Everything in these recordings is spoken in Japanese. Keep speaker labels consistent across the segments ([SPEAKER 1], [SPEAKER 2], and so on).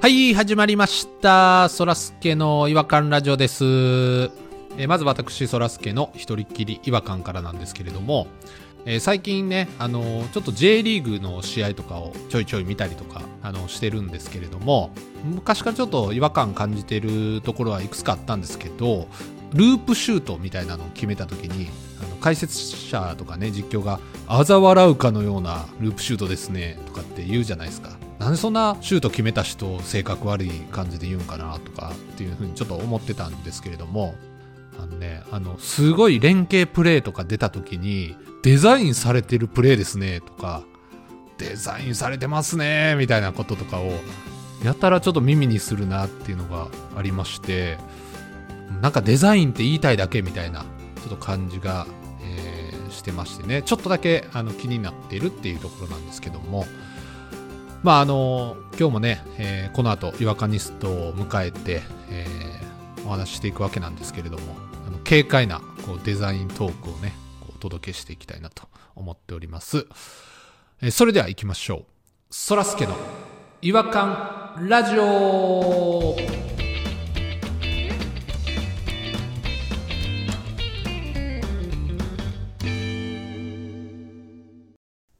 [SPEAKER 1] はい、始まりました。そらすけの違和感ラジオです。えーまず私、そらすけの一人っきり違和感からなんですけれども、えー最近ね、あのーちょっと J リーグの試合とかをちょいちょい見たりとか、あのしてるんですけれども、昔からちょっと違和感感じてるところはいくつかあったんですけど、ループシュートみたいなのを決めた時に、あの解説者とかね、実況が、嘲笑うかのようなループシュートですね、とかって言うじゃないですか。なんでそんなシュート決めた人、性格悪い感じで言うんかな、とかっていうふうにちょっと思ってたんですけれども、あのね、あの、すごい連携プレーとか出た時に、デザインされてるプレーですね、とか、デザインされてますね、みたいなこととかを、やたらちょっと耳にするなっていうのがありまして、なんかデザインって言いたいだけみたいな、ちょっと感じが、えーしてましてね、ちょっとだけあの気になっているっていうところなんですけども、まああの、今日もね、えーこの後、違和感ニストを迎えて、えーお話ししていくわけなんですけれども、あの軽快なこうデザイントークをね、こうお届けしていきたいなと思っております。えーそれでは行きましょう。そらすけの違和感ラジオ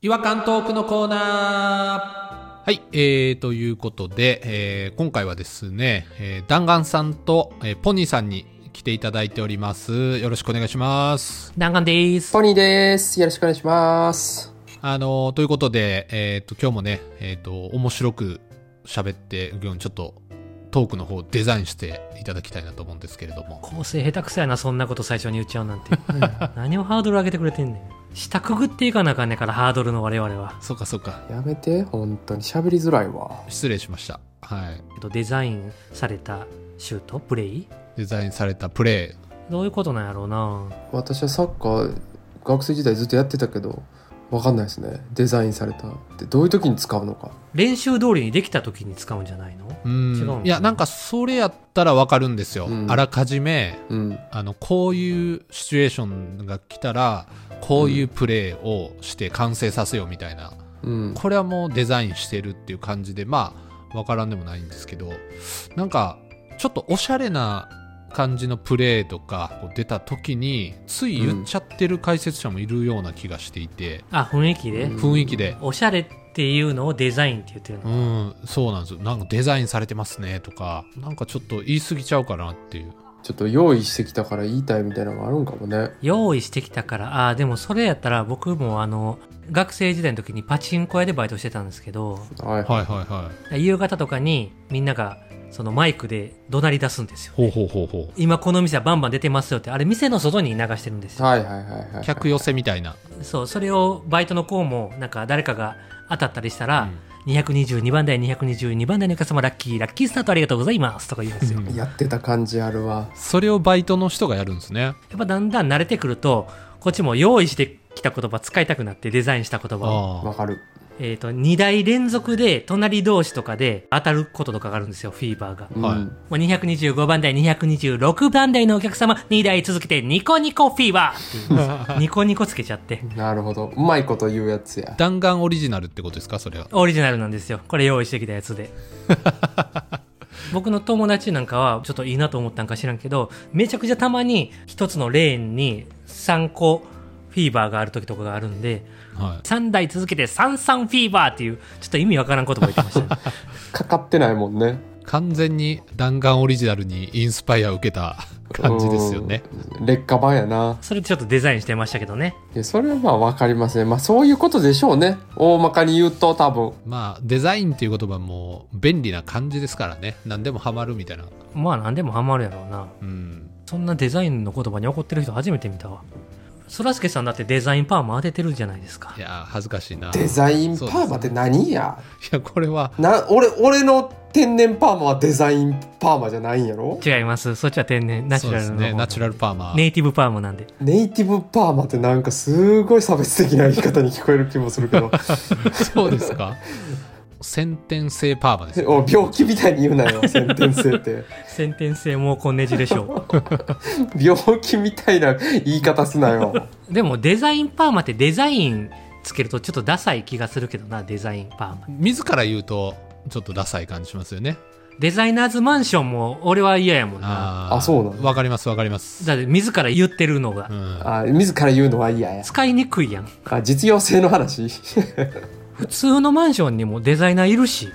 [SPEAKER 1] 違和感トークのコーナーはい、えー、ということで、えー今回はですね、えー、弾丸さんと、えーポニーさんに来ていただいております。よろしくお願いします。
[SPEAKER 2] 弾丸でーす。
[SPEAKER 3] ソニーです。よろしくお願いします。
[SPEAKER 1] あのーということで、えっ、と、今日もね、えっ、と、面白く喋っていくように、ちょっとトークの方をデザインしていただきたいなと思うんですけれども。
[SPEAKER 2] 構成下手くそやな、そんなこと最初に言っちゃうなんて。何をハードル上げてくれてんねん。下くぐっていかなあかんねんから、ハードルの我々は。
[SPEAKER 1] そうか、そうか。
[SPEAKER 3] やめて、本当に喋りづらいわ。
[SPEAKER 1] 失礼しました。はい。
[SPEAKER 2] えっとデザインされたシュート、プレイ
[SPEAKER 1] デザインされたプレ
[SPEAKER 2] どういうことなんやろうな
[SPEAKER 3] 私はサッカー、学生時代ずっとやってたけど、わかんないですね。デザインされたって、どういう時に使うのか。
[SPEAKER 2] 練習通りにできた時に使うんじゃないの
[SPEAKER 1] イ。う
[SPEAKER 2] 違うの
[SPEAKER 1] ん
[SPEAKER 2] か。ない
[SPEAKER 1] や、なんか、それやったらわかるんですよ。
[SPEAKER 3] うん
[SPEAKER 1] あらかじめ、
[SPEAKER 3] うん。
[SPEAKER 1] あの、こういうシチュエーションが来たら、こういうプレーをして完成させようみたいな。
[SPEAKER 3] うん。
[SPEAKER 1] これはもうデザインしてるっていう感じで、まあ、わからんでもないんですけど、なんか、ちょっとおしゃれな感じのプレーとかこう出た時に、つい言っちゃってる解説者もいるような気がしていて、
[SPEAKER 2] あ、雰囲気で、
[SPEAKER 3] うん
[SPEAKER 1] 雰囲気で、
[SPEAKER 2] おしゃれっていうのをデザインって言ってる
[SPEAKER 1] う
[SPEAKER 2] の。
[SPEAKER 1] ん、そうなんですよ。なんかデザインされてますねとか、なんかちょっと言い過ぎちゃうかなっていう。
[SPEAKER 3] ちょっと用意してきたから言いたいみたいなのがあるんかもね。
[SPEAKER 2] 用意してきたから、あー、でもそれやったら僕もあの、学生時代の時にパチンコ屋でバイトしてたんですけど、
[SPEAKER 3] は
[SPEAKER 1] は
[SPEAKER 3] い。
[SPEAKER 1] いはいはい。
[SPEAKER 2] 夕方とかにみんながそのマイクで怒鳴り出すんですよ。
[SPEAKER 1] ほうほうほうほう。
[SPEAKER 2] 今この店はバンバン出てますよって、あれ店の外に流してるんですよ。
[SPEAKER 3] はいはいはいはいはい。
[SPEAKER 1] 客寄せみたいな。
[SPEAKER 2] そう、それをバイトの子も、なんか誰かが当たったりした
[SPEAKER 1] う
[SPEAKER 2] ら
[SPEAKER 1] ん、
[SPEAKER 2] 222番台、222番台のお客様ラッキー、ラッキースタートありがとうございますとか言うんですよ。
[SPEAKER 1] うん
[SPEAKER 3] やってた感じあるわ。
[SPEAKER 1] それをバイトの人がやるんですね。
[SPEAKER 2] やっぱだんだん慣れてくると、こっちも用意してきた言葉使いたくなって、デザインした言葉を。
[SPEAKER 1] あ
[SPEAKER 3] わかる。
[SPEAKER 2] えっ、と、2台連続で、隣同士とかで当たることとかがあるんですよ、フィーバーが。
[SPEAKER 3] うん
[SPEAKER 1] はい
[SPEAKER 2] もう225番台、226番台のお客様、2台続けて、ニコニコフィーバーって言うニコニコつけちゃって。
[SPEAKER 3] なるほど。うまいこと言うやつや
[SPEAKER 1] あ。。弾丸オリジナルってことですかそれは。
[SPEAKER 2] オリジナルなんですよ。これ用意してきたやつ で。僕の友達なんかは、ちょっといいなと思ったんか知らんけど、めちゃくちゃたまに、一つのレーンに3個フィーバーがある時とかがあるんで、
[SPEAKER 1] はい。
[SPEAKER 2] 3台続けて33フィーバーっていう、ちょっと意味わからん言葉言ってまし た、ね。
[SPEAKER 3] かかってないもんね。
[SPEAKER 1] 完全に弾丸オリジナルにインスパイアを受けた感じですよね。
[SPEAKER 3] うん。劣化版やな。
[SPEAKER 2] それちょっとデザインしてましたけどね。
[SPEAKER 3] いや、それはまあわかりますね。まあそういうことでしょうね。大まかに言うと多分。
[SPEAKER 1] まあデザインっていう言葉も便利な感じですからね何でもハマるみたいな、
[SPEAKER 2] まあ何でもハマるやろうな。
[SPEAKER 1] うん、
[SPEAKER 2] そんなデザインの言葉に怒ってる人初めて見たわ。そらすけさんだってデザインパーマ当ててるじゃないですか
[SPEAKER 1] い。やー恥ずかしいない
[SPEAKER 3] デザインパーマって何や
[SPEAKER 1] やこれは
[SPEAKER 3] な俺俺の天然パーマはデザインパーマじゃないんやろ
[SPEAKER 2] 違います。そっちは天然、ナチュラル
[SPEAKER 1] そ
[SPEAKER 2] の
[SPEAKER 1] う
[SPEAKER 2] 方
[SPEAKER 1] ですねナチュラルパーマ、
[SPEAKER 2] ネイティブパーマなんで。
[SPEAKER 3] ネイティブパーマってなんかすごい差別的な言い方に聞こえる気もするけど
[SPEAKER 1] そうですか先天性パーマですよ
[SPEAKER 3] お病気みたいに言うなよ先天性って
[SPEAKER 2] 先天性毛根ねじでし ょ
[SPEAKER 3] 病気みたいな言い方すなよ
[SPEAKER 2] う。でもデザインパーマってデザインつけるとちょっとダサい気がするけどな、デザインパーマ。
[SPEAKER 1] 自ら言うとちょっとダサい感じしますよね
[SPEAKER 2] デザイナーズマンションも俺は嫌やもんな。
[SPEAKER 1] あ
[SPEAKER 3] あそうなの
[SPEAKER 1] わかりますわかります。
[SPEAKER 2] だって自ら言ってるのが
[SPEAKER 1] う。ん。
[SPEAKER 3] あ自ら言うのは嫌や
[SPEAKER 2] 使いにくいやん。
[SPEAKER 3] あ実用性の話
[SPEAKER 2] 普通のマンションにもデザイナーいるし、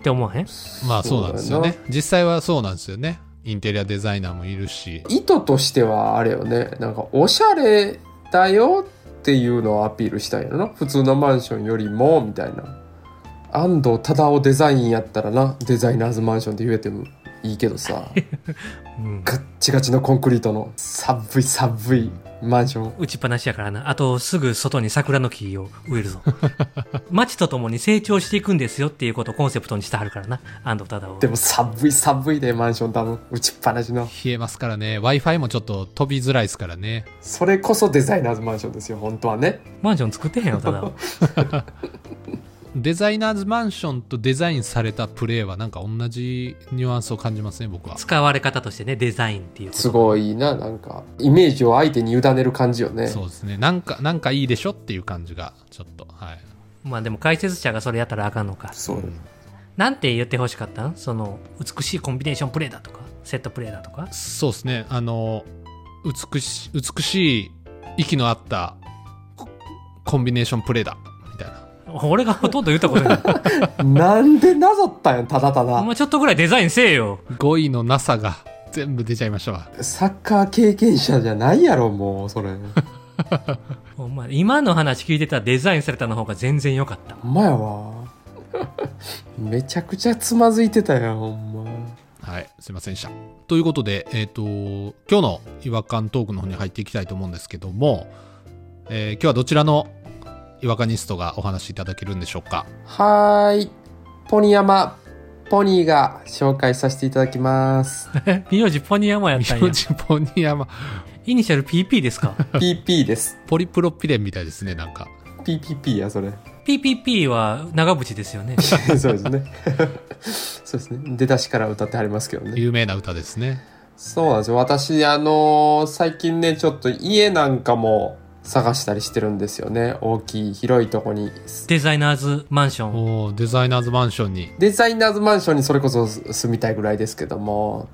[SPEAKER 2] って思わへん
[SPEAKER 1] まあそうなんですよ
[SPEAKER 3] そ
[SPEAKER 1] ね。実際はそうなんですよね。インテリアデザイナーもいるし。
[SPEAKER 3] 意図としてはあれよねなんかおしゃれだよっていうのをアピールしたいのな普通のマンションよりもみたいな安藤忠雄デザインやったらなデザイナーズマンションって言えてもいいけどさ
[SPEAKER 2] うん。
[SPEAKER 3] ガッチガチのコンクリートの寒い寒いマンション
[SPEAKER 2] 打ちっぱなしやからな。あとすぐ外に桜の木を植える ぞ。街とともに成長していくんですよっていうことをコンセプトにしてはるからな。安藤忠夫。
[SPEAKER 3] でも寒い寒いでマンション多分打ちっぱなしの
[SPEAKER 1] 冷えますからね。Wi-Fi もちょっと飛びづらいですからね。
[SPEAKER 3] それこそデザイナーズマンションですよ本当はね
[SPEAKER 2] マンション作ってへんよ、忠夫。
[SPEAKER 1] デザイナーズマンションとデザインされたプレイはなんか同じニュアンスを感じますね、僕は。
[SPEAKER 2] 使われ方としてね、デザインっていうこと。
[SPEAKER 3] すごいななんかイメージを相手に委ねる感じよね
[SPEAKER 1] そうですね。なんか、なんかいいでしょっていう感じが、ちょっと。はい。
[SPEAKER 2] まあでも解説者がそれやったらあかんのか。
[SPEAKER 3] そう
[SPEAKER 2] なんて言ってほしかったんその、美しいコンビネーションプレーだとか、セットプレーだとか。
[SPEAKER 1] そうですね。あの、美し、美しい息の合ったココンビネーションプレイだ。みたいな。
[SPEAKER 2] 俺がほとんど言ったことない。
[SPEAKER 3] なんでなぞったんやただた
[SPEAKER 2] お
[SPEAKER 3] だ
[SPEAKER 2] 前ちょっとぐらいデザインせえよ。
[SPEAKER 1] 語彙のなさが全部出ちゃいましたわ。
[SPEAKER 3] サッカー経験者じゃないやろもうそれ
[SPEAKER 2] お前、今の話聞いてたらデザインされたの方が全然良かった。
[SPEAKER 3] ほんまやわめちゃくちゃつまずいてたやんほんま
[SPEAKER 1] はい、すいませんでした。ということで、えっ、と、今日の違和感トークの方に入っていきたいと思うんですけども、えー今日はどちらの違和感ニストがお話しいただけるんでしょうか。
[SPEAKER 3] はーいポニヤマポニーが紹介させていただきます
[SPEAKER 2] 名字ポニヤマやったんや
[SPEAKER 1] ミ。ジポニヤマ、
[SPEAKER 2] イニシャル PP ですか
[SPEAKER 3] PP です
[SPEAKER 1] ポリプロピレンみたいですね、なんか。
[SPEAKER 3] PPP やそれ
[SPEAKER 2] ?PPP は長渕ですよね。
[SPEAKER 3] そうですね そうですね出だしから歌ってはりますけどね
[SPEAKER 1] 有名な歌ですね。
[SPEAKER 3] そうなんですよ。私、あのー最近ね、ちょっと家なんかも探したりしてるんですよね。大きい、広いとこに。
[SPEAKER 2] デザイナーズマンション。
[SPEAKER 1] おーデザイナーズマンションに。
[SPEAKER 3] デザイナーズマンションにそれこそ住みたいぐらいですけども。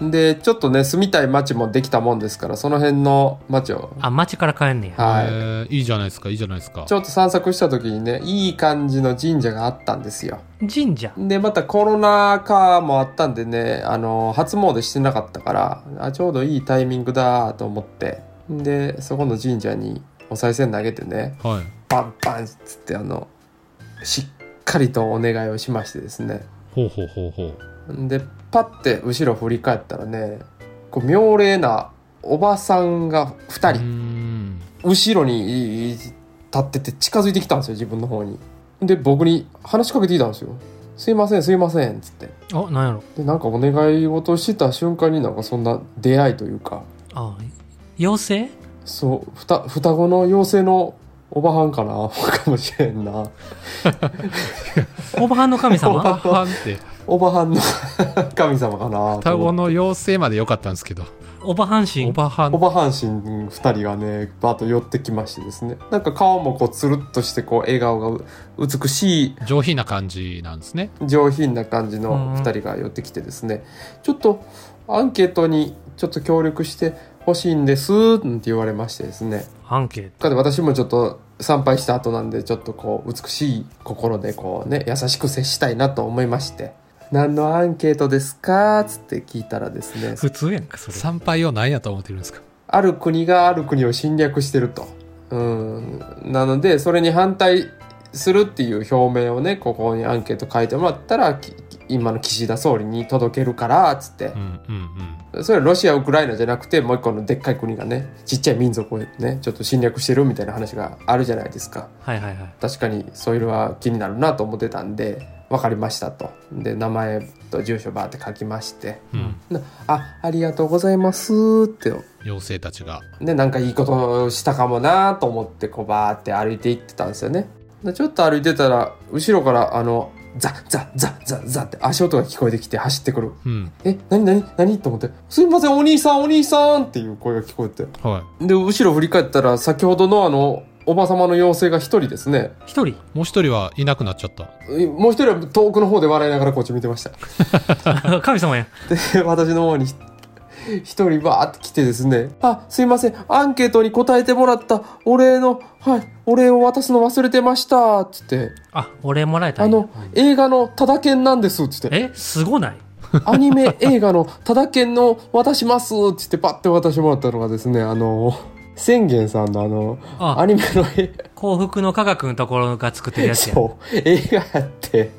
[SPEAKER 3] で、ちょっとね、住みたい街もできたもんですから、その辺の街を、
[SPEAKER 2] あ、街から帰んねや。
[SPEAKER 1] え
[SPEAKER 3] は
[SPEAKER 1] ーいいじゃないですか、いいじゃないですか
[SPEAKER 3] い。ち。ょっと散策した時にね、いい感じの神社があったんですよ。
[SPEAKER 2] 神社。
[SPEAKER 3] で、またコロナ禍もあったんでね、あの、初詣してなかったから、あ、ちょうどいいタイミングだと思って、で、そこの神社にお賽銭投げてね、
[SPEAKER 1] はい。
[SPEAKER 3] バンバンっつって、あの、しっかりとお願いをしましてですね。
[SPEAKER 1] ほうほうほうほう。
[SPEAKER 3] で、パッて後ろ振り返ったらね、こう、妙齢なおばさんが2
[SPEAKER 1] うー
[SPEAKER 3] 人、
[SPEAKER 1] ん。
[SPEAKER 3] 後ろに立ってて近づいてきたんですよ、自分の方に。で、僕に話しかけてきたんですよ。すいません、すいません、つって。
[SPEAKER 2] あ、なんやろ。
[SPEAKER 3] でなんかお願い事してた瞬間になんかそんな出会いというか
[SPEAKER 2] あ、妖精
[SPEAKER 3] そうふた双子の妖精のおばはんかな かもしれんな
[SPEAKER 2] オバハンの神様
[SPEAKER 1] パパンって、
[SPEAKER 3] おばはんの 神様かな
[SPEAKER 1] 双子
[SPEAKER 3] の
[SPEAKER 1] の妖精まで良かったんですけど、
[SPEAKER 2] オバハン神
[SPEAKER 1] お。ばはん
[SPEAKER 3] おばはん神2人がねバーッと寄ってきましてですねなんか顔もこうつるっとしてこう笑顔が美しい
[SPEAKER 1] 上品な感じなんです ね。
[SPEAKER 3] 上品な感じ
[SPEAKER 2] うん
[SPEAKER 3] の2人が寄ってきてですね、ちょっとアンケートにちょっと協力してほしいんですって言われましてですね
[SPEAKER 2] アンケート。
[SPEAKER 3] かで私もちょっと参拝した後なんでちょっとこう美しい心でこうね優しく接したいなと思いまして「何のアンケートですか?」つって聞いたらですね
[SPEAKER 2] 普通やんか、それ。
[SPEAKER 1] 参拝を何やと思ってるんですか
[SPEAKER 3] ある国がある国を侵略してると。うんなのでそれに反対するっていう表明をねここにアンケート書いてもらったらき今の岸田総理に届けるからつって
[SPEAKER 1] うんうん
[SPEAKER 3] それはロシアウクライナじゃなくてもう一個のでっかい国がねちっちゃい民族をねちょっと侵略してるみたいな話があるじゃないですか。
[SPEAKER 2] はいはいはい。
[SPEAKER 3] 確かにそういうのは気になるなと思ってたんで分かりましたとで名前と住所バーって書きまして
[SPEAKER 1] うん。うん、
[SPEAKER 3] なあありがとうございますって
[SPEAKER 1] 妖精たちが。
[SPEAKER 3] でなんかいいことしたかもなと思ってこうバーって歩いて行ってたんですよねでちょっと歩いてたら後ろからあのザッザッザッザッザッって足音が聞こえてきて走ってくる
[SPEAKER 1] うん。
[SPEAKER 3] え何何何と思って「すいませんお兄さんお兄さん」っていう声が聞こえて
[SPEAKER 1] は
[SPEAKER 3] で後ろ振り返ったら先ほどのあのおば様の妖精が一人ですね。
[SPEAKER 2] 一 人
[SPEAKER 1] もう一人はいなくなっちゃった。
[SPEAKER 3] もう一人は遠くの方で笑いながらこっち見てました。
[SPEAKER 2] あ神様や。
[SPEAKER 3] で、 私の方に一人バーって来てですね、あ、すいません、アンケートに答えてもらったお礼の、はい、お礼を渡すの忘れてました、つって、
[SPEAKER 2] あ、お礼もらえた
[SPEAKER 3] あ
[SPEAKER 2] んや
[SPEAKER 3] の、映画のただけんなんです、つって、
[SPEAKER 2] え、すごない
[SPEAKER 3] アニメ映画のただけんの渡します、つって、パッて渡してもらったのがですね、あの、宣言さんのあの、
[SPEAKER 2] あ
[SPEAKER 3] アニメの映
[SPEAKER 2] 幸福の科学のところが作ってる
[SPEAKER 3] 画、
[SPEAKER 2] やつや。
[SPEAKER 3] そう、映画やって、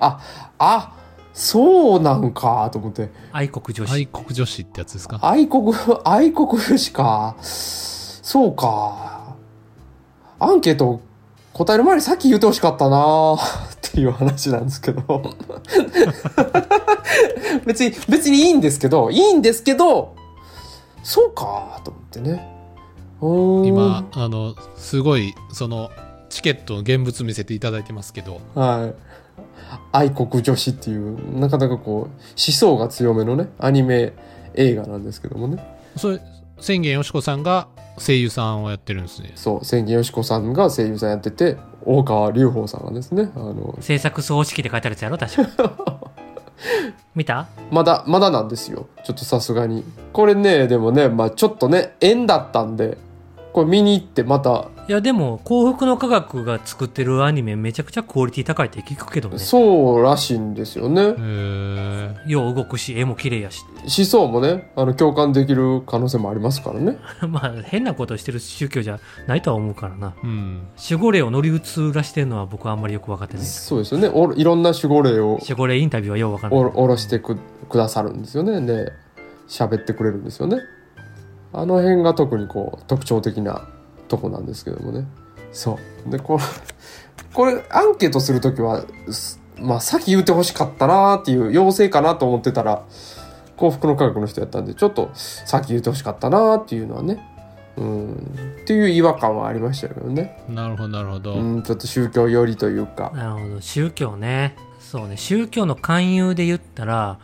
[SPEAKER 3] あ、あ、そうなんか、と思って、
[SPEAKER 2] 愛国女子。
[SPEAKER 1] 愛国女子ってやつですか
[SPEAKER 3] 愛国、 愛国女子か。そうか。アンケート答える前にさっき言ってほしかったな っていう話なんですけど。 別に、別にいいんですけど、いいんですけど、そうかと思ってね。うーん
[SPEAKER 1] 今、、あの、すごい、その、チケットの現物見せていただいてますけど、
[SPEAKER 3] はい。愛国女子っていう、なかなかこう、思想が強めのね、アニメ映画なんですけどもね。
[SPEAKER 1] それ、宣言よしこさんが声優さんをやってるんですね。
[SPEAKER 3] そう、千木よしこさんが声優さんやってて、大川隆法さんがですね、あの、
[SPEAKER 2] 制作総指揮で書いてあるやつやろ確か。 見た
[SPEAKER 3] まだ、まだなんですよ。ちょっとさすがに。これね、でもね、まあちょっとね、縁だったんで、これ見に行ってまた、
[SPEAKER 2] いやでも幸福の科学が作ってるアニメめちゃくちゃクオリティ高いって聞くけどね
[SPEAKER 3] そうらしいんですよね
[SPEAKER 1] へ。ー
[SPEAKER 2] よう動くし絵も綺麗やし
[SPEAKER 3] 思想もね、あの、共感できる可能性もありますからね。
[SPEAKER 2] まあ変なことしてる宗教じゃないとは思うからな
[SPEAKER 1] うん。
[SPEAKER 2] 守護霊を乗り移らしてるのは僕はあんまりよく分かってない
[SPEAKER 3] そうですよね。おろいろんな守護霊を
[SPEAKER 2] 守護霊インタビューはよう分から
[SPEAKER 3] お
[SPEAKER 2] な
[SPEAKER 3] ろ
[SPEAKER 2] い
[SPEAKER 3] おろしてくくださるんですよね。で、喋ってくれるんですよね。あの辺が特にこう特徴的なとこなんですけどもね。そう。で、これ、 これアンケートするときは、すまあ、さっき言ってほしかったなっていう、要請かなと思ってたら、幸福の科学の人やったんで、ちょっと、さっき言ってほしかったなっていうのはね、うん、っていう違和感はありましたけどね。
[SPEAKER 1] なるほど、なるほど。
[SPEAKER 3] うん、ちょっと宗教寄りというか。
[SPEAKER 2] なるほど宗教ねそうね宗教の勧誘で言ったら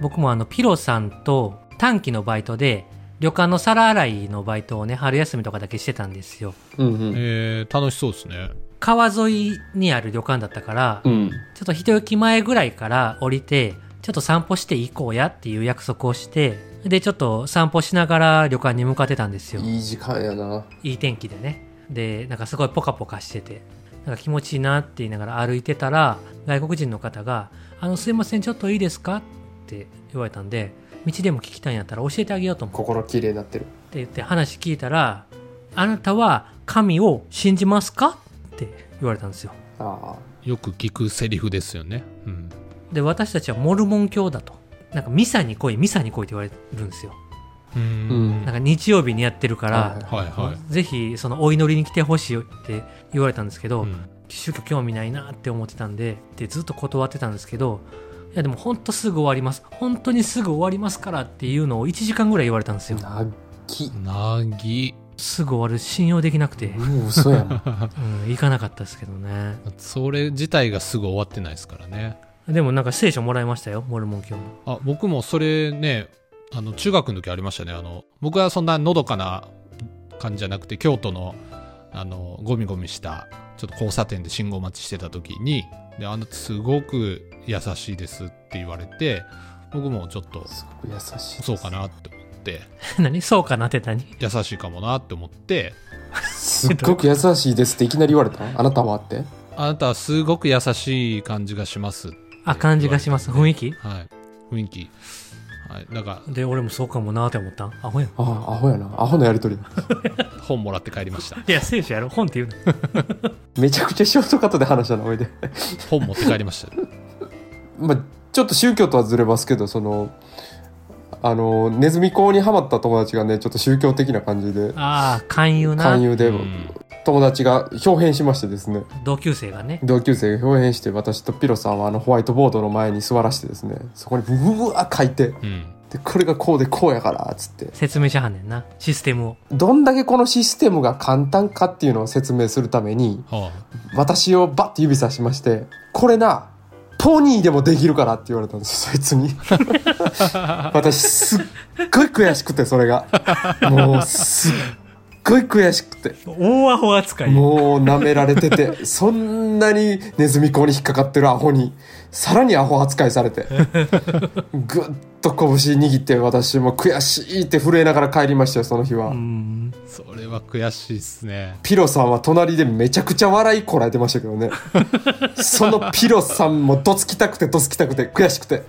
[SPEAKER 2] 僕もあのピロさんと短期のバイトで旅館の皿洗いのバイトをね春休みとかだけしてたんですよ
[SPEAKER 3] うんうん。
[SPEAKER 1] えー、楽しそうですね。
[SPEAKER 2] 川沿いにある旅館だったから、
[SPEAKER 3] うん。
[SPEAKER 2] ちょっと一駅前ぐらいから降りて、ちょっと散歩していこうやっていう約束をして、で、ちょっと散歩しながら旅館に向かってたんですよ。
[SPEAKER 3] いい時間やな。
[SPEAKER 2] いい天気でね。で、なんかすごいポカポカしてて、なんか気持ちいいなって言いながら歩いてたら、外国人の方が、あの、すいません、ちょっといいですかって言われたんで、道でも聞きたいんやったら教えてあげようと思って
[SPEAKER 3] 心きれいになってる。
[SPEAKER 2] って言って話聞いたら、あなたは神を信じますかって言われたんですよ。
[SPEAKER 3] あ
[SPEAKER 1] よく聞くセリフですよね。うん。
[SPEAKER 2] で私たちはモルモン教だとなんかミサに来いミサに来いって言われるんですよ
[SPEAKER 1] う
[SPEAKER 3] うん
[SPEAKER 2] なんか日曜日にやってるから、
[SPEAKER 3] はい
[SPEAKER 1] はいはい。
[SPEAKER 2] ぜひそのお祈りに来てほしいって言われたんですけど、
[SPEAKER 1] うん
[SPEAKER 2] 宗教興味ないなって思ってたんででずっと断ってたんですけどいやでも本当すぐ終わります本当にすぐ終わりますからっていうのを1時間ぐらい言われたんですよ
[SPEAKER 3] あ、なっき。
[SPEAKER 1] なぎ。
[SPEAKER 2] すぐ終わる信用できなくて、
[SPEAKER 3] もう嘘や もん。
[SPEAKER 2] うん、行かなかったですけどね
[SPEAKER 1] それ自体がすぐ終わってないですからね。
[SPEAKER 2] でもなんか聖書もらいましたよモルモン教の
[SPEAKER 1] あ、僕もそれね、あの、中学の時ありましたね。あの、僕はそんなのどかな感じじゃなくて、京都の、あの、ゴミゴミした、ちょっと交差点で信号待ちしてた時に、で、あの、すごく優しいですって言われて、僕もちょっと、
[SPEAKER 3] すごく優しい。
[SPEAKER 1] そうか。なって思って、
[SPEAKER 2] 何そうかなって何
[SPEAKER 1] 優しいかもなって思って、
[SPEAKER 3] すっごく優しいですっていきなり言われたあなたはって。
[SPEAKER 1] あなたはすごく優しい感じがします。
[SPEAKER 2] あ感じがします雰囲気
[SPEAKER 1] はい。雰囲気。はい。なんか、
[SPEAKER 2] で俺もそうかもなって思ったアホやん
[SPEAKER 3] ああ、アホやな。アホのやりとり。
[SPEAKER 1] 本もらって帰りました。
[SPEAKER 2] いや聖書やろ本って言うの
[SPEAKER 3] めちゃくちゃショートカットで話したな、おいで。
[SPEAKER 1] 本持って帰りました。
[SPEAKER 3] まあ、ちょっと宗教とはずれますけど、その、あの、ネズミ講にハマった友達がね、ちょっと宗教的な感じで、
[SPEAKER 2] ああ勧誘な
[SPEAKER 3] 勧誘で、
[SPEAKER 1] うん
[SPEAKER 3] 友達が表変しましてですね、
[SPEAKER 2] 同級生がね
[SPEAKER 3] 同級生が表変して、私とピロさんはあのホワイトボードの前に座らしてですね、そこにブブワー書いて、
[SPEAKER 1] うん。
[SPEAKER 3] で、これがこうでこうやから、つって、
[SPEAKER 2] 説明しはんねんなシステムを
[SPEAKER 3] どんだけこのシステムが簡単かっていうのを説明するために
[SPEAKER 1] は
[SPEAKER 3] 私をバッて指さしまして「これなポニーでもできるから」って言われたんですよそいつに私すっごい悔しくてそれがもうすっごい悔しくて
[SPEAKER 2] 大アホ扱い。
[SPEAKER 3] もう舐められててそんなにネズミ講に引っかかってるアホにさらにアホ扱いされてぐっと拳握って私も悔しいって震えながら帰りましたよその日は、
[SPEAKER 2] うん
[SPEAKER 1] それは悔しいっすね。
[SPEAKER 3] ピロさんは隣でめちゃくちゃ笑いこらえてましたけどねそのピロさんもどつきたくてどつきたくて悔しくて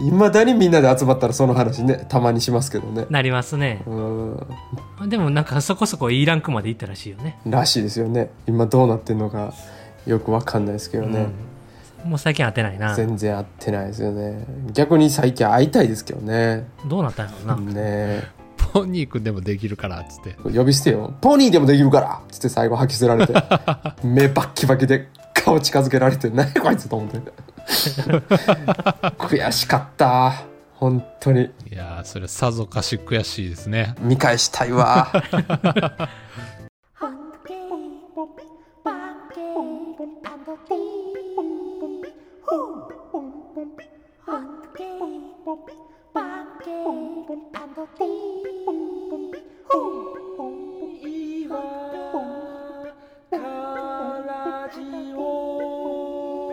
[SPEAKER 3] いまだにみんなで集まったらその話ねたまにしますけどね
[SPEAKER 2] なりますね。
[SPEAKER 3] うん
[SPEAKER 2] でもなんかそこそこいいランクまで行ったらしいよね。
[SPEAKER 3] らしいですよね今どうなってんのかよくわかんないですけどね、
[SPEAKER 2] うんもう最近当てないな。
[SPEAKER 3] 全然会ってないですよね逆に最近会いたいですけどね
[SPEAKER 2] どうなったんやろうな。
[SPEAKER 3] ね
[SPEAKER 1] ポニーくんでもできるから、つって。
[SPEAKER 3] 呼び捨てよポニーでもできるからつって最後吐き捨てられ て目バッキバキで顔近づけられて何やこいつと 思って悔しかった本当に
[SPEAKER 1] いやー、それさぞかし悔しいですね。
[SPEAKER 3] 見返したい わ
[SPEAKER 4] Hunky,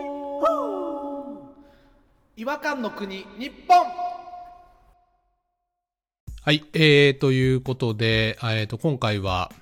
[SPEAKER 5] 違和感の国日本
[SPEAKER 1] はい、えー、ということで、えー、と今回は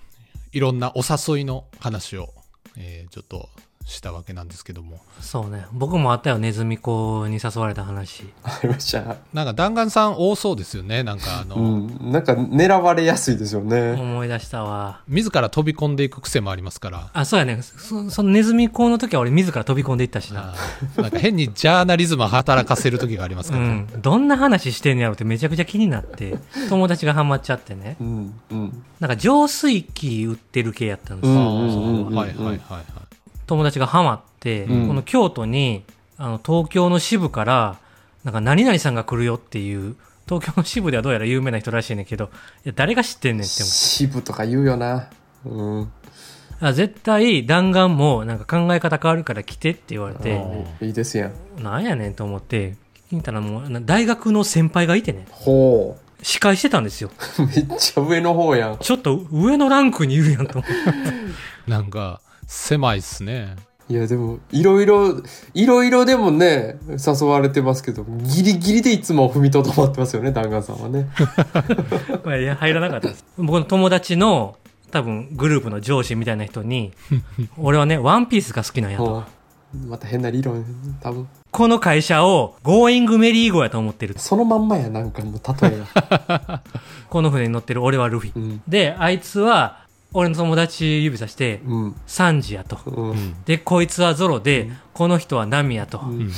[SPEAKER 1] いろんなお誘いの話を、えーちょっとしたわけなんですけども、
[SPEAKER 2] そうね。僕もあったよ、ネズミ子に誘われた話。
[SPEAKER 3] ありました
[SPEAKER 1] なんか弾丸さん多そうですよね、なんかあの、
[SPEAKER 3] うんなんか狙われやすいですよね、
[SPEAKER 2] 思い出したわ。
[SPEAKER 1] 自ら飛び込んでいく癖もありますから、
[SPEAKER 2] あ、そうやね。そそのネズミ子の時は俺自ら飛び込んでいったしな。
[SPEAKER 1] あーなんか変にジャーナリズムを働かせる時があります
[SPEAKER 2] う
[SPEAKER 1] から、
[SPEAKER 2] ん。どんな話してんのやろってめちゃくちゃ気になって、友達がハマっちゃってね
[SPEAKER 3] う。んうん
[SPEAKER 2] なんか浄水器売ってる系やったんです
[SPEAKER 1] あ
[SPEAKER 2] よ。
[SPEAKER 3] うんうんうんうん
[SPEAKER 1] ーはいはいはいはい。
[SPEAKER 2] 友達がハマって、
[SPEAKER 3] うん
[SPEAKER 2] この京都にあの東京の支部からなんか何々さんが来るよっていう東京の支部ではどうやら有名な人らしいねんけどいや誰が知ってんねんって思
[SPEAKER 3] 渋とか言うよなうん
[SPEAKER 2] うあ絶対弾丸もなんか考え方変わるから来てって言われて
[SPEAKER 3] いいですやん
[SPEAKER 2] なんやねんと思って聞いたらもうな大学の先輩がいてね
[SPEAKER 3] ほう
[SPEAKER 2] 司会してたんですよ
[SPEAKER 3] めっちゃ上の方やん。
[SPEAKER 2] ちょっと上のランクにいるやんと思って
[SPEAKER 1] なんか狭いっすね。
[SPEAKER 3] いや、でも、いろいろ、いろいろでもね、誘われてますけど、ギリギリでいつも踏みとどまってますよね、弾丸さんはね。
[SPEAKER 2] まあいや入らなかったです。僕の友達の多分グループの上司みたいな人 に、俺はね、ワンピースが好きなんやと。
[SPEAKER 3] ほうまた変な理論、多分。
[SPEAKER 2] この会社を Going メリーゴーやと思ってる。
[SPEAKER 3] そのまんまや、なんかもう例えが。
[SPEAKER 2] この船に乗ってる俺はルフィ。
[SPEAKER 3] うん。
[SPEAKER 2] で、あいつは俺の友達指さして、
[SPEAKER 3] うん。
[SPEAKER 2] サンジやと。
[SPEAKER 3] う。
[SPEAKER 1] うんん。
[SPEAKER 2] で、こいつはゾロで、この人はナミやと。
[SPEAKER 1] ん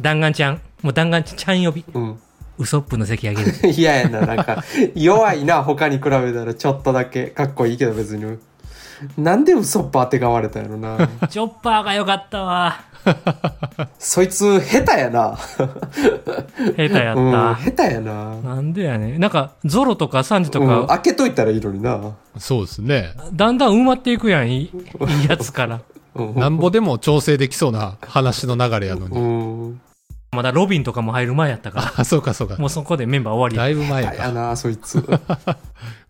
[SPEAKER 2] 弾丸ちゃん。もう弾丸ちゃん呼び。
[SPEAKER 3] うん。
[SPEAKER 2] ウソップの席あげる。
[SPEAKER 3] 嫌やな、なんか、弱いな、他に比べたら、ちょっとだけ。かっこいいけど、別に。なんでウソップあてがわれたんやろな。
[SPEAKER 2] チョッパーが良かったわ。
[SPEAKER 3] そいつ、下手やな。
[SPEAKER 2] 下手やっ
[SPEAKER 3] うん、
[SPEAKER 2] た。
[SPEAKER 3] 下手やな。
[SPEAKER 2] なんでやねん。なんか、ゾロとかサンジとか、
[SPEAKER 3] うん、開けといたらいいのにな。
[SPEAKER 1] そうですね。
[SPEAKER 2] だんだん埋まっていくやん、いいいいやつから。
[SPEAKER 3] うん
[SPEAKER 1] なんぼでも調整できそうな話の流れやのに。
[SPEAKER 3] うん。
[SPEAKER 2] まだロビンとかも入る前やったか。。
[SPEAKER 1] あ、そうかそうから
[SPEAKER 2] もうそこでメンバー終わ
[SPEAKER 1] だ
[SPEAKER 2] り。
[SPEAKER 1] いぶ前
[SPEAKER 3] や
[SPEAKER 1] か。
[SPEAKER 3] な、そいつ。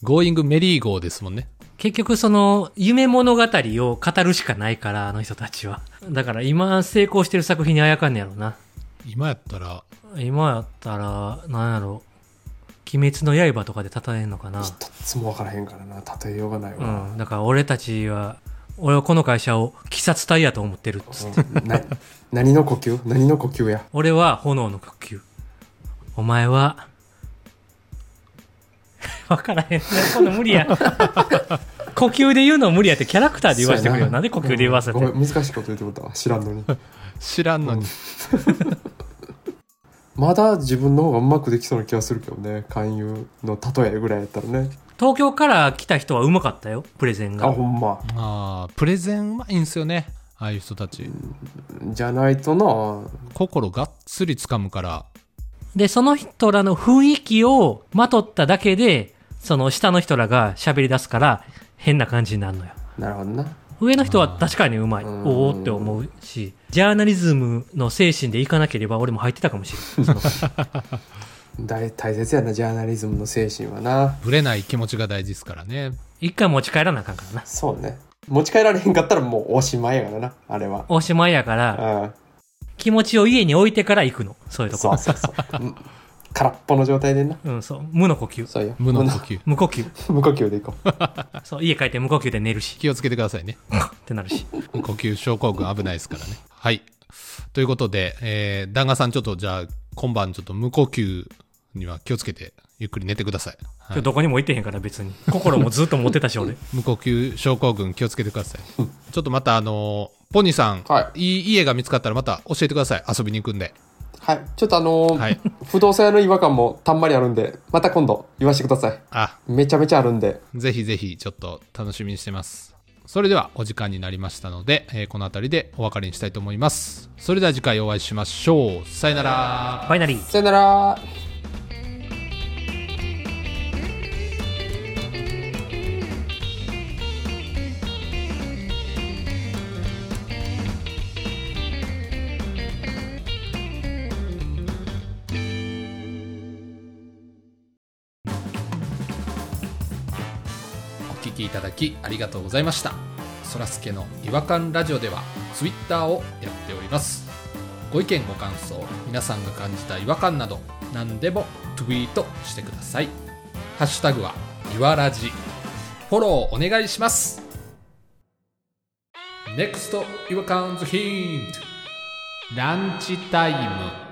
[SPEAKER 1] ゴーイングメリーゴーですもんね。
[SPEAKER 2] 結局その、夢物語を語るしかないから、あの人たちは。だから今成功してる作品にあやかんねやろな。
[SPEAKER 1] 今やったら、
[SPEAKER 2] 今やったら、なんやろ。鬼滅の刃とかで例えんのかな。
[SPEAKER 3] 一つも分からへんからな例えようがないうわ、
[SPEAKER 2] ん。だから俺たちは、俺はこの会社を鬼殺隊やと思ってるっつって。
[SPEAKER 3] な何の呼吸何の呼吸や
[SPEAKER 2] 俺は炎の呼吸。お前は、 わからへんね。この無理 や。呼吸で言うの無理やってキャラクターで言わせてくれよ。
[SPEAKER 3] そうや
[SPEAKER 2] なんで呼吸で言わせて。
[SPEAKER 3] ごめん難しいこと言ってもらったわ知らんのに
[SPEAKER 1] 知らんのに。
[SPEAKER 3] まだ自分の方がうまくできそうな気がするけどね勧誘の例えぐらいやったらね
[SPEAKER 2] 東京から来た人はうまかったよ、プレゼン
[SPEAKER 3] あ
[SPEAKER 2] が
[SPEAKER 3] ほ。んま
[SPEAKER 1] ああ、プレゼンうまいんすよね。ああいう人たち。
[SPEAKER 3] じゃないとな
[SPEAKER 1] 心がっつり掴むから。
[SPEAKER 2] で、その人らの雰囲気をまとっただけで、その下の人らが喋り出すから変な感じになるのよ。
[SPEAKER 3] なるほどな
[SPEAKER 2] 上の人は確かにうまい。
[SPEAKER 3] うん
[SPEAKER 2] おおって思う し、ジャーナリズムの精神でいかなければ俺も入ってたかもしれない。その
[SPEAKER 3] 大大切やなジャーナリズムの精神はな
[SPEAKER 1] ぶれない気持ちが大事ですからね。
[SPEAKER 2] 一回持ち帰らなあかんからな。
[SPEAKER 3] そうね持ち帰られへんかったらもうおしまいやからなあれは
[SPEAKER 2] おしまいやから、
[SPEAKER 3] う
[SPEAKER 2] 気持ちを家に置いてから行くの。そういうんと
[SPEAKER 3] そう
[SPEAKER 2] こ。
[SPEAKER 3] そうそううん空っぽの状態でな
[SPEAKER 2] うん、そう。無の呼吸。
[SPEAKER 3] そうよ
[SPEAKER 1] 無の呼吸。
[SPEAKER 2] 無呼吸。
[SPEAKER 3] 無呼吸でいこう
[SPEAKER 2] そう、家帰って無呼吸で寝るし、
[SPEAKER 1] 気をつけてくださいね。
[SPEAKER 2] ってなるし。
[SPEAKER 1] 呼吸症候群危ないですからね。はい。ということで、えー、旦那さんちょっとじゃあ、今晩ちょっと無呼吸には気をつけて、ゆっくり寝てください。は
[SPEAKER 2] 今日
[SPEAKER 1] い、
[SPEAKER 2] どこにも行ってへんから別に。心もずっと持ってたし、 俺。
[SPEAKER 1] 無呼吸症候群気をつけてください。ちょっとまたあのーポニーさん、、
[SPEAKER 3] はい
[SPEAKER 1] い家が見つかったらまた教えてください。遊びに行くんで。
[SPEAKER 3] はいちょっとあのー
[SPEAKER 1] はい
[SPEAKER 3] 不動産屋の違和感もたんまりあるんでまた今度言わせてください
[SPEAKER 1] あ、
[SPEAKER 3] めちゃめちゃあるんで
[SPEAKER 1] ぜひぜひちょっと楽しみにしてます。それではお時間になりましたので、えーこの辺りでお別れにしたいと思います。それでは次回お会いしましょう。さよなら。
[SPEAKER 2] ファイナリー。
[SPEAKER 3] さよなら
[SPEAKER 1] お聞きいただきありがとうございましたそらすけの違和感ラジオではツイッターをやっておりますご意見ご感想皆さんが感じた違和感など何でもツイートしてくださいハッシュタグはいわらじフォローお願いします NEXT 違和感ズヒントランチタイム